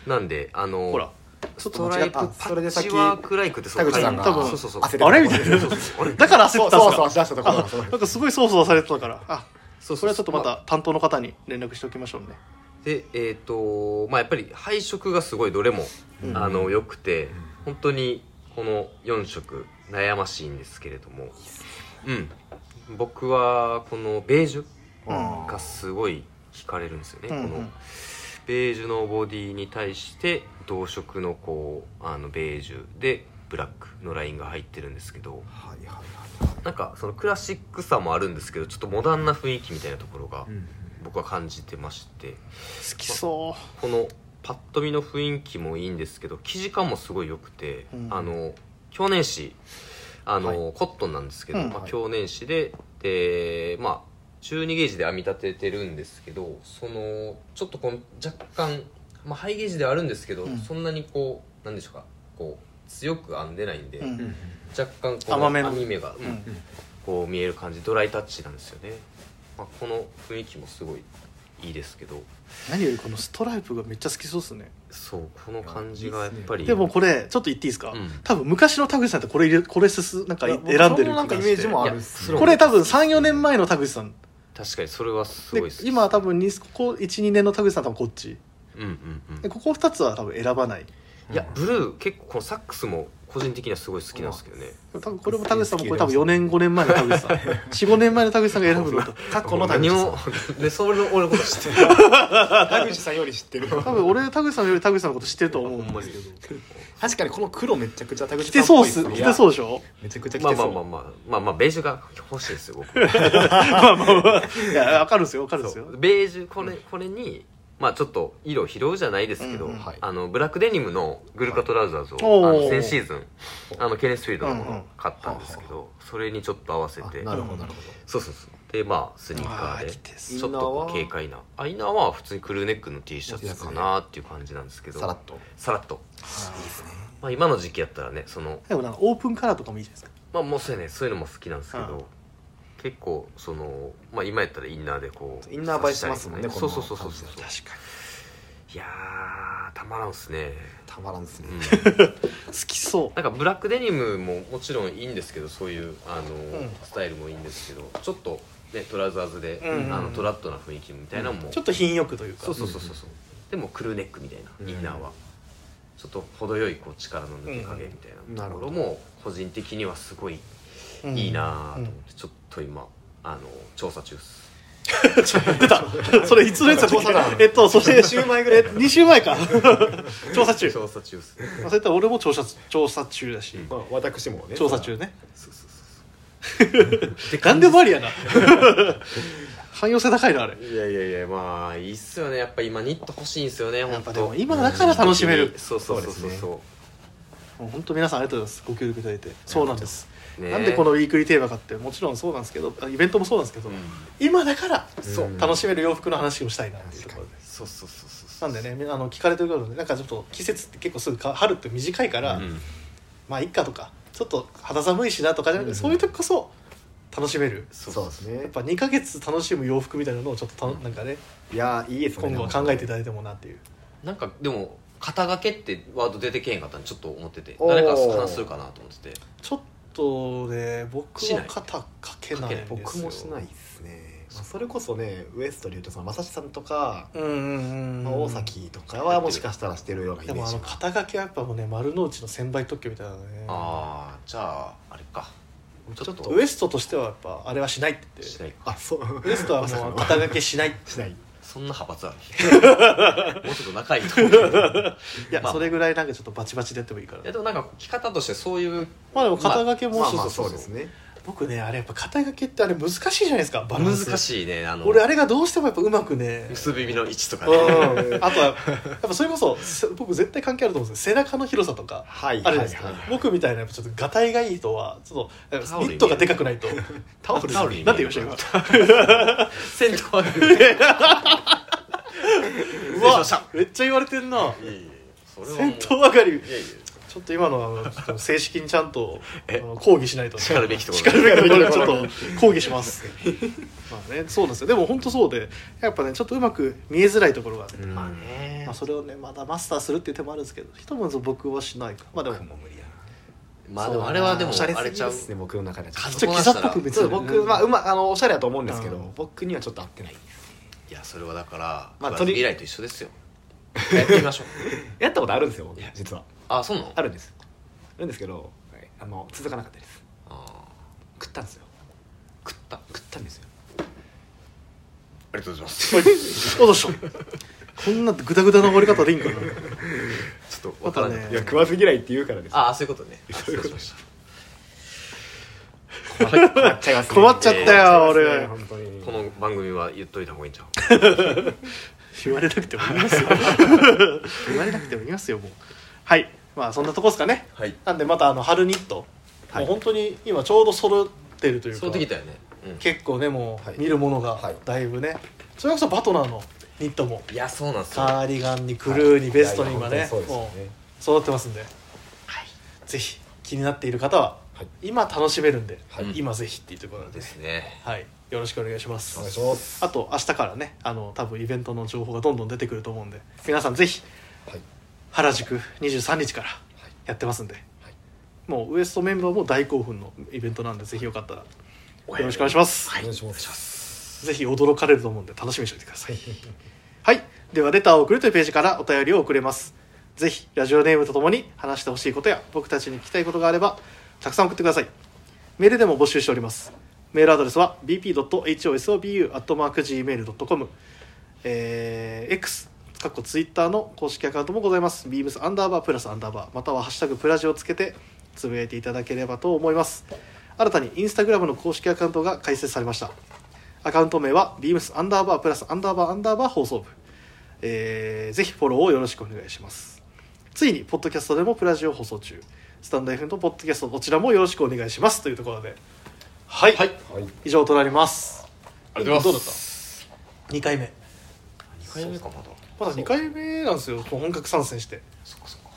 C: のなんであの
B: ほら
C: ス
B: っ
C: ト
B: と
C: ラ
B: 間違っ
C: イプ
B: た
C: パッチワークライクって
A: 田口さん
B: が
C: 多分
B: 多
C: そう
B: 分
C: そうそう
A: 焦って
B: あれ みたい
A: な
B: な
C: そうそうそうあれ
B: だから
A: そ
B: 焦っ
A: う
B: た
A: そ
B: ん
A: うそう
B: す
A: 出
B: か
A: したところがすごい
B: なんかすごいそうそうされてたからあ
C: そうそう
B: それはちょっとまた担当の方に連絡しておきましょうね
C: でえっ、とまあやっぱり配色がすごいどれも、
B: うん
C: あの良くて本当にこの4色悩ましいんですけれどもうん僕はこのベージ
B: うん
C: ュがすごい惹かれるんですよね、
B: うんうん
C: このベージュのボディに対して同色のこうあのベージュでブラックのラインが入ってるんですけど
A: はいはいはいはい
C: なんかそのクラシックさもあるんですけどちょっとモダンな雰囲気みたいなところが
A: うん
C: 僕は感じてまして、
B: 好きそ
C: このパッと見の雰囲気もいいんですけど生地感もすごい良くて、
B: うん
C: あの去年誌あの、コットンなんですけど、
B: うん
C: ま
A: は
C: あ、
A: い
C: 去年誌ででまあ12ゲージで編み立ててるんですけどそのちょっとこの若干、まあ、ハイゲージではあるんですけど、
B: うん
C: そんなにこうなんでしょうかこう強く編んでないんで、
B: う、うん
A: うん
C: 若干こ
B: 甘めの
C: 編み目が、うん
B: うん
A: うん
C: こう見える感じドライタッチなんですよね、まあ、この雰囲気もすごいいいですけど
B: 何よりこのストライプがめっちゃ好きそうですね
C: そうこの感じがやっぱり
B: でもこれちょっと言っていいですか、
C: うん
B: 多分昔の田口さんってこれ入れこれすすなんか
A: い
B: 選
A: や
B: ん
A: 僕
B: でる気
A: そのなんか
B: が
A: イ
B: し
A: メー
B: て
A: ジもあるっす
C: いや
B: これ多分34年前の田口さん
C: 確かにそれはす
B: で
C: ごいです
B: 今は多分にここ12年の田口さんは多分こっち
C: うんうんうん
B: でここ2つは多分選ばない
C: いやブルー結構このサックスも個人的にはすごい好きなんですけどね
B: 多分これも田口さんもこれ多分4年5年前の田口さん45年前の田口さんが選ぶのと
A: 過去の田
C: 何
A: 口さん
C: も でそれの俺のこと知ってる
A: 田口さんより知ってる
B: 多分俺田口さんより田口さんのこと知ってると思うんですけど
A: 確かにこの黒めちゃくちゃ田口さ
B: 来
A: ん
B: て
A: っぽ
B: そ
A: いう
B: っす
A: ね
B: 来てそうでしょ
A: めちゃくちゃ来
C: まあ
A: て
C: ま
A: そ
C: あ
A: う
C: まあまあまあまあベージュが欲しいんですよ僕は
B: まあまあまあいや分かるんですよ分かるんです
C: そ
B: よ
C: うベージュこれこれにまあちょっと色を拾うじゃないですけど、
B: うんうん
A: はい
C: あのブラックデニムのグルカトラウザーズを、
B: はい
C: あ
B: お
C: の
B: ー
C: 先シーズンあのケネスフィールドのも
B: うんう
C: の
B: ん
C: を買ったんですけど、それにちょっと合わせて
A: あなるほどなるほ
C: そうそうそうでまあスニーカー
B: あ
C: で
B: ー着て
C: ちょっとこう
A: イ
C: 軽
A: ンナーは
C: 快なあインナーは普通にクルーネックの T シャツかなっていう感じなんですけ
A: ど
C: ど
A: さらっと
C: さらっと、
A: いいですね
C: まあ、今の時期やったらねその
B: でもなんかオープンカラーとかもいいじゃないですか
C: まあもうそうやねそういうのも好きなんですけど、
B: うん
C: 結構その、まあ、今やったらインナーでこう
A: インナー映えしてますもんね
C: 刺し
A: この
C: たりとかそうそうそうそうそう
A: 感じだと確か
C: いやーたまらんっすね、
A: にたまらんですね
C: うん、
B: 好きそ
C: なんかブラックデニムももちろんいいんですけどそういうあの、
B: うん
C: スタイルもいいんですけどちょっとねトラウザーズで、
B: うん
C: あのトラッドな雰囲気みたいなのも、
B: うちょっと品欲というか
C: そうそうそうそうそうでもクルーネックみたいな、
A: うん
C: インナーはちょっと程よいこう力の抜け加減みたい
A: うん
C: な
A: な
C: と
A: るほ
C: ころ
A: ど
C: も個人的にはすごい
B: うん
C: いいなぁと思ってちょっと今あの調査中っす
B: 出たそれいつのやつだ
A: 調査
B: っ
A: 団
B: けえっとそして
A: 2週前ぐらい
B: 2週前か 調査中
C: 調査中っすね
B: 忘れた俺も調査調査中だし、
C: うん
A: まあ私もね
B: 調査中ね
C: そうそう
B: 何でもありやな汎用性高いのあれ
C: そういやいやいやまあいいっすよねやっぱ今ニット欲しいんすよね
B: やっ
C: 本
B: ぱ
C: 当
B: でも今だから楽しめる
C: そうそうそうそう
A: そ
C: そ
B: もう本当皆さんありがとうございますご協力いただいてそうなんです、
C: うね
B: なんでこのウィークリーテーマかってもちろんそうなんですけどあイベントもそうなんですけど、
C: うん
B: 今だから
C: そう
A: うん
B: 楽しめる洋服の話をしたいなっていうところで
C: そうそうそうそう
B: なんでねみんなあの聞かれてるからねなんかちょっと季節って結構すぐか春って短いから、
C: うん
B: まあいっかとかちょっと肌寒いしなとかじゃなくて、そういう時こそ楽しめる
C: そう
A: そうです
B: やっ
A: ね
B: ぱ2ヶ月楽しむ洋服みたいなのをちょっとたのなんかね
A: いやーいいですね
B: 今後は考えていただいてもなっていう
C: なんかでも肩掛けってワード出てけへんかったんでちょっと思ってて
A: おー
C: 誰か話するかなと思ってて
B: ちょっとね僕
C: し
B: は
C: ない
B: 肩掛けないんですよ
A: 僕もしないですね、まあ、それこそねウエストでいうとその正志さんとか、
B: うんうんうん
A: まあ、大崎とかはもしかしたらしてるようなイ
B: で
A: メ
B: も
A: ー
B: あ
A: ジ
B: の
A: が
B: 肩掛けはやっぱもうね丸の内の千倍特許みたいなのね
C: ああじゃああれかちょっと
B: ウエストとしてはやっぱあれはしないって言っ
C: してない
A: あそう
B: ウエスト はもう肩掛けしないって
A: しない
C: そんな派閥あるもうちょっと仲いいと思うけど
B: いや、
C: まあ
B: それぐらいなんかちょっとバチバチでやってもいいから
C: いやでもなんか着方としてそういう
B: まあでも肩掛けも
A: まあ
B: そう
A: ま
B: そ
A: あ
B: うそ
A: そううですね
B: 僕ねあれやっぱ肩掛けってあれ難しいじゃないですかバランス
C: 難しいねあの
B: 俺あれがどうしてもやっぱうまくね
C: 結び目の位置とかね
B: うんあとはやっぱそれこそせ僕絶対関係あると思うんですよ背中の広さとか
A: はい
B: あ
A: は
B: る
A: い
B: じゃな
A: はいい
B: ですか、僕みたいなやっぱちょっとガタイがいい人はちょっ
C: タ
B: と
C: オル
B: ニットがでかくないと
C: タオル
B: なんて言いました今
C: 銭湯ある
B: うわめっちゃ言われてんない
C: やいやそれはも
B: 戦
C: う
B: 闘上がり
C: いやいや
B: ちょっと今のはあのちょっと正式にちゃんと
C: え
B: あの抗議しないと
C: 叱るべきところ
B: 叱るべきところでちょっと抗議します まあねそうなんですよでも本当そうでやっぱねちょっとうまく見えづらいところがね、
A: うん
C: まあね
B: まあ、それをねまだマスターするっていう手もあるんですけどひとまず僕はしないかまあでも
A: 僕も無理やな
C: まあでもあれはでも
A: おしゃれ
C: あ
A: す
C: れ
A: ぎ
C: ちゃ
A: で
C: う
A: すね僕の中では
C: 数
B: ちょっとギザっぽく別
A: そ
B: に
A: う僕まあうまあのおしゃれだと思うんですけど、
B: うん
A: 僕にはちょっと合ってない
C: いやそれはだから
A: まあ
C: まあ
A: とり
C: 未来と一緒ですよやってみましょう
A: やったことあるんですよ僕実は
C: あそうなの
A: あるんですあるんですけど、あの続かなかったです
C: あ
A: 食ったんですよ
C: ー食ったあ
A: 食ったんですよ
C: りがとうございます
B: おいどうしたこんなグダグダの終わり方でいいんかな
C: ちょっとわからない
B: またね
A: いや食わず嫌いって言うからです
C: ああそういうことねあ失礼しました
A: 困っちゃいますね
B: 困っちゃったよ
A: 困
B: 俺
A: っちゃいますね本当に
C: この番組は言っといた方がいいんちゃう
B: 言われなくても言いますよ言われなくても言いますよもうはいまあそんなとこですかね
C: はい
B: なんでまたあの春ニット、
A: はい
B: もう本当に今ちょうど揃ってるという
C: そ
B: か
C: うできたよね、うん
B: 結構ねも
A: はいう
B: 見るもの
A: は
B: が
A: い
B: だいぶね、それこそバトナーのニットも
C: いやそうなんですよ
B: カーディガンにクルーにベストに今
A: いや
B: ね
A: いや本当にそうですよ
B: もう揃ってますんで、ぜひ気になっている方は
D: はい
B: 今楽しめるんで、
D: はい
B: 今ぜひっていうところなんで、
C: ですすね
B: はい、よろしくお願いします
D: お願いします
B: あと明日からねあの多分イベントの情報がどんどん出てくると思うんで皆さんぜひ
D: はい
B: 原宿23日からやってますんで、
D: はい
B: もうウエストメンバーも大興奮のイベントなんでぜひよかったら
C: お
B: よろしくお願いします、
D: お願いします
B: ぜひ驚かれると思うんで楽しみにしておいてくださいはいではレターを送るというページからお便りを送れますぜひラジオネームとともに話してほしいことや僕たちに聞きたいことがあればたくさん送ってくださいメールでも募集しておりますメールアドレスは bp.hosobu.gmail.com えー X かっこツイッターの公式アカウントもございます beams アンダーバープラスアンダーバーまたは「ハッシュタグプラジ」をつけてつぶやいていただければと思います新たにインスタグラムの公式アカウントが開設されましたアカウント名は beams アンダーバープラスアンダーバーアンダーバー放送部、えーぜひフォローをよろしくお願いしますついにポッドキャストでもプラジオ放送中スタンド FM とポッドキャストどちらもよろしくお願いしますというところではい、
D: はい
B: 以上となります
D: ありがとうございます
B: どうだった2回目
C: 2回目かまだ
B: まだ2回目なんですよ本格参戦して
C: そっかそっか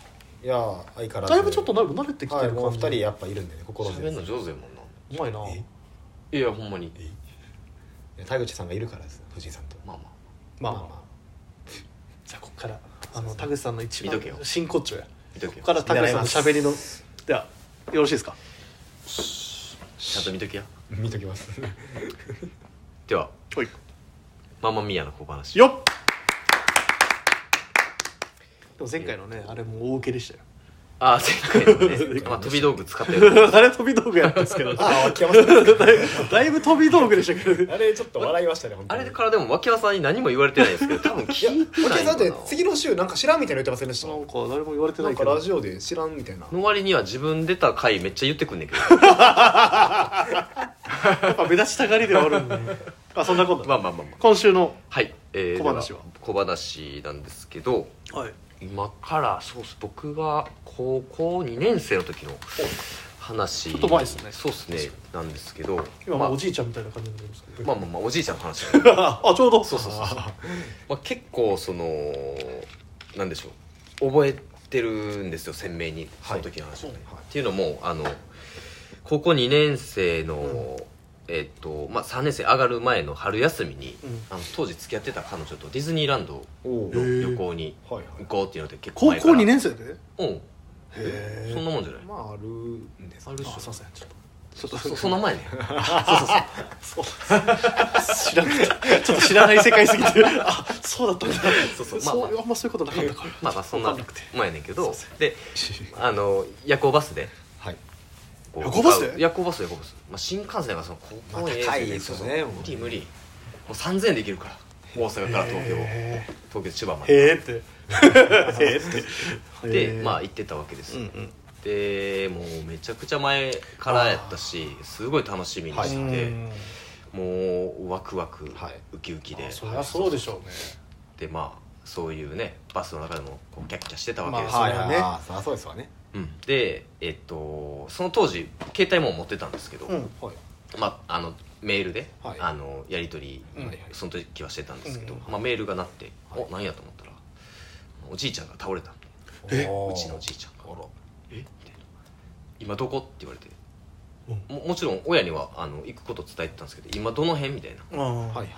D: いやー相変わらず
B: だいぶちょっとだいぶ慣れてきて
D: はい
B: る
D: もう
B: 感
D: 二
B: じ、
D: 人やっぱいるんでね心
C: 喋
D: 強
C: んの
D: い
C: 上手やもんな
B: うまいな
D: え
C: いやほんまに
D: 田口さんがいるからです藤井さんと
C: まあまあ
B: まあまあ、じゃあここからあの田口さんの一番
C: 見とけよ
B: 真骨頂や
C: 見とけ
B: こ
C: よ
B: こから田口さんのしゃべりのではよろしいですか
C: ちゃんと見とけや
D: あ見ときます
C: では
B: はい
C: ママミヤの小話
B: よっでも前回のねあれも大受けでしたよ
C: ああ前回のねまあ飛び道具使ってる
B: あれ飛び道具やったんですけ どだ
D: ああ秋山さん
B: いだいぶ飛び道具でしたけどね
D: あれちょっと笑いましたね本当
C: あ
D: に
C: れからでも脇輪さんに何も言われてないですけど多分
D: いや
C: 聞いて
D: 秋山
C: ない
D: さん
C: の
D: っ
C: か
D: て
C: な
D: 次の週なんか知らんみたいな言ってませんでし
B: なん
D: た
B: か誰も言われてな
D: ないん
B: け
D: か
B: ど
D: ラジオで知らんみたいな
C: の割には自分出た回めっちゃ言ってくんね んけど
B: やっぱ目立ちたがりではあ るんであそんなこと
C: まあまあまあまあ
B: 今週の
C: はい、えー、
B: 小話は
C: で小話なんですけど
B: はい
C: 今からそうっす僕が高校2年生の時の話
B: ちょっと前っすね
C: そうっすねなんですけど
B: 今も
C: まあ
B: うおじいちゃんみたいな感じになりますけど、
C: まあまあまあおじいちゃんの話
B: あちょうど
C: そうそうそうそうまあ、結構そのなんでしょう覚えてるんですよ鮮明にその時の話をね、
D: はいはい
C: っていうのもあの高校2年生の、えっとまあ、3年生上がる前の春休みに、
B: うん
C: あの当時付き合ってた彼女とディズニーランド
D: おお
B: へ
D: はい
B: ー
C: 旅行に
D: はい
C: 行こうっていうので結構
B: 高
C: 前か
B: 校
C: ら
B: 2年生で
C: うん
B: へ
C: そんなもんじゃない、
D: まああるんです
C: あるっしょ
B: あすいませんちょっ
C: そそ その 前ね
B: と知らなくてちょっと知らない世界すぎ てあそうだったんだ
C: そうそうま
B: そ
C: あ
B: う
C: まあ
B: あんまそういうことなかったから
C: まあまあそんな
B: わかんなくて
C: 前やねんけど
B: すい
C: であの夜行バスで
D: はい
C: こう
B: 夜行バスで
C: 向かう夜行バス夜行バス、まあ、新幹線がその高校に
A: まあ高いですよねもう
C: 無理無理もう3000円できるから大阪から東京
B: へ
C: 東京千葉ま
B: えへえ
C: で
B: ってへ えって
C: でまあ
B: あ
C: 行ってたわけです
B: う
C: よ、
B: んうん
C: でもうめちゃくちゃ前からやったしすごい楽しみにしてて、
B: うん
C: もうワクワク、
D: はい
C: ウキウキで
B: あそりゃそうでしょうね
C: でまあそういうねバスの中でもこうキャッキャしてたわけ
B: まあ
C: ですよ、
D: はい
B: それ
D: は
B: は
D: い
B: ね
D: あーそりゃそうですわね
C: うん、でえっとその当時携帯も持ってたんですけど、
B: うん
D: はい
C: まあ、あのメールで、
D: はい
C: あのやり取り、
B: うん
D: はいはい
C: その時はしてたんですけど、
B: うん
C: まあ、メールが鳴って「
D: はい
C: おなんや?」と思ったらおじいちゃんが倒れた
B: え
D: おー
C: うちのおじいちゃんが
D: あら
C: 「えみたいな「今どこ?」って言われて
B: う
C: ももちろん親にはあの行くこと伝えてたんですけど「今どの辺?」みたいな、
B: うん
D: はいはいはい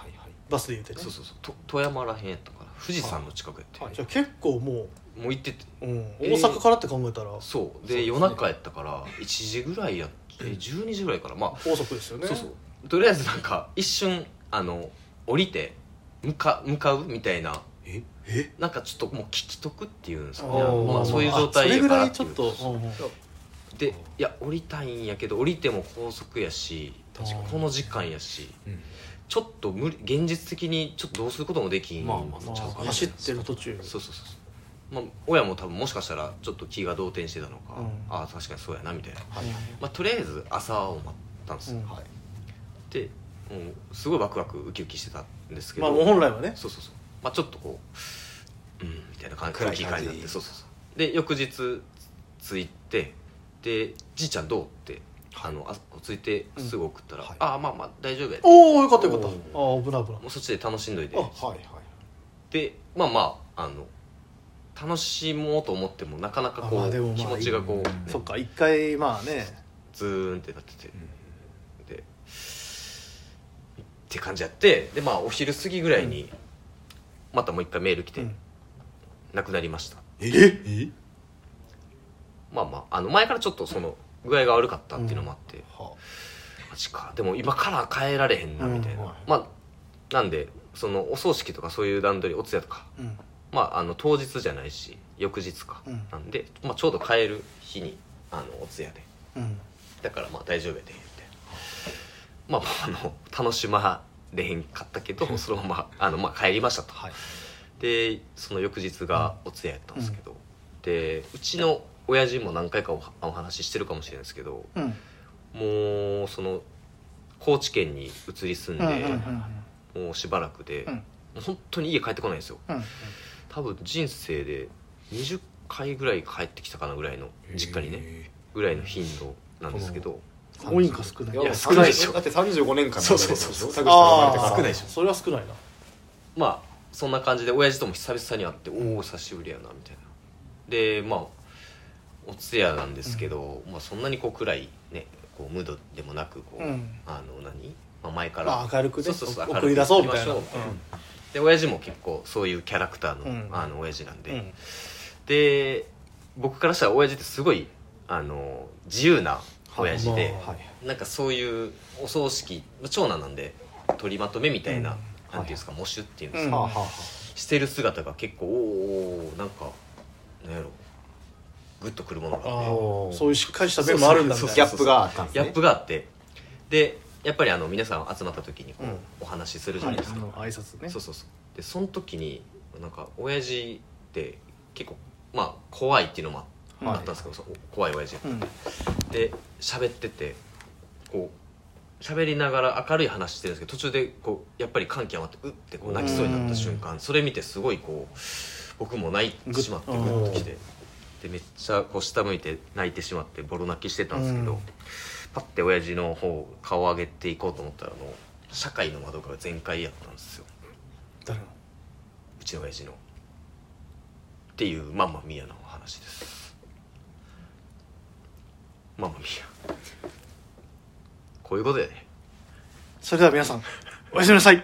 B: バスで言うてね
C: そうそうそうと富山らへんやったから富士山の近くやって、
D: はい
B: じゃあ結構も
C: もう行ってて
B: ううん
C: え
B: 大
C: ー
B: 阪からって考えたら高
C: そう
D: そうで
C: で
D: すね
C: 夜中やったから1時ぐらいやって12時ぐらいからまあ
B: 速ですよね
C: そうそうとりあえずなんか一瞬あの降りて向か向かうみたいな
D: え
B: え
C: なんかちょっともう聞きとくっていうんですかね
D: ー
C: まあ、そういう状
B: あ
C: 態
B: それぐ
C: やからら
B: いちょっとうんうん
C: ていうでいや降りたいんやけど降りても高速やし
D: 確かに
C: この時間やし
D: うん
C: ちょっと無理現実的にちょっとどうすることもできん
D: まあまあ
C: ち
B: ま
C: ゃうか
B: あ
C: な
B: 走ってる途中
C: そうそうそうそうまあ親も多分もしかしたらちょっと気が動転してたのか、
B: うん
C: ああ確かにそうやなみたいな、
D: はい
C: まあ、とりあえず朝を待ったんですよ、
B: うん
D: はい
C: でもうすごいワクワクウキウキしてたんですけ
B: まあ
C: ど、
B: もう本来はね
C: そうそうそうまあちょっとこううんみたいな感じ
D: 暗い
C: 空
D: 感じ
C: 気感じになってそうそうそうで翌日着いてで「じいちゃんどう?」ってあのあ着いてすぐ送ったら「
D: うんはい
C: ああまあまあ大丈夫や」も
B: おおよかったよかったあ
D: お
B: あ
D: ー
B: ー危ない危ないう
C: そっちで楽しんどいて
D: あはいはい
C: でまあまああの楽しもうと思ってもなかなかこう、
B: あまあでもまあ
C: 気持ちがこう、
D: いい
C: ね
B: そっか一回まあね
C: ズーンってなってて、でって感じやってでまあお昼過ぎぐらいにまたもう一回メール来て、
B: うん
C: 亡くなりました
A: ええ
C: まあまああの前からちょっとその具合が悪かったっていうのもあって、
D: は
C: マジかでも今から変えられへんなみたいな、
D: うんはい
C: まあなんでそのお葬式とかそういう段取りお通夜とか
B: うん
C: まああの当日じゃないし翌日か、
B: うん
C: なんで、まあ、ちょうど変える日にあのお通夜で
B: うん
C: だからまあ大丈夫やでみたいなまあまああの楽しまれへんかったけどそのままあの、まあ、帰りましたと、
D: はい
C: でその翌日がお通夜やったんですけど、でうちの親父も何回かおお話ししてるかもしれないですけど
B: うん
C: もうその高知県に移り住ん
B: うんうん
C: で、
B: うん
C: もうしばらくで、
B: うん
C: もう本当に家帰ってこないんですよ
B: うん
C: 多分人生で20回ぐらい帰ってきたかなぐらいの実家にね
D: ね
C: ぐらいの頻度なんですけど
B: 多いんか少ないい
D: や
C: いや
D: 少
C: 少
D: な
C: ないい
D: で
C: で
D: し
C: し
D: ょ
C: ょ
D: だって35年間
B: そうそうそうそう
D: 田口さんが生
B: あ
D: まれて
B: あ
D: から
B: 少ないでしょそれは少ないな
C: まあそんな感じで親父とも久々に会って「おお久しぶりやな」みたいなでまあお通夜なんですけど、まあ、そんなにこう暗いねこうムードでもなくこう、
B: うん
C: あの何、まあ、前から、
B: まあ明るくね
C: そうそうそう
B: 送り出そうみたいな
C: 明るく行きましょうみたいなで親父も結構そういうキャラクターの,、
B: うん
C: あの親父なんで、
B: うん
C: で僕からしたら親父ってすごいあの自由な親父で、
B: まあはい
C: なんかそういうお葬式長男なんで取りまとめみたいな、なんていうんですか喪主っていうんですか、
B: うん
D: はあはあは
C: してる姿が結構おーおーなんかなんやろグッとくるものがあって
B: あ
D: おー
B: あそういうしっかりした面もあるんだみ
C: そう
B: たい
D: ギ
B: な
D: ャップがあったんです
C: ギ
D: ね
C: ャップがあってでやっぱりあの皆さん集まった時にこう、
B: うん
C: お話しするじゃ
B: は
C: ない
B: い
C: です
B: あ
C: か、
B: の挨拶ね
C: そうそうそうでその時になんか親父って結構まあ怖いっていうのもあ
B: はい
C: あったんですけど、そう怖い親父
B: うん
C: で喋っててこう喋りながら明るい話してるんですけど途中でこうやっぱり歓喜余ってうってこう泣きそうになった瞬間それ見てすごいこう僕も泣いてしまって
B: ぐ
C: グ
B: っ
C: ッときてでめっちゃこう下向いて泣いてしまってボロ泣きしてたんですけど、
B: うん
C: パッて親父の方顔を上げていこうと思ったらあの社会の窓が全開やったんですよ
B: 誰の
C: うちの親父のっていうマンマミアのお話ですマンマミアこういうことやね
B: それでは皆さんおやすみなさい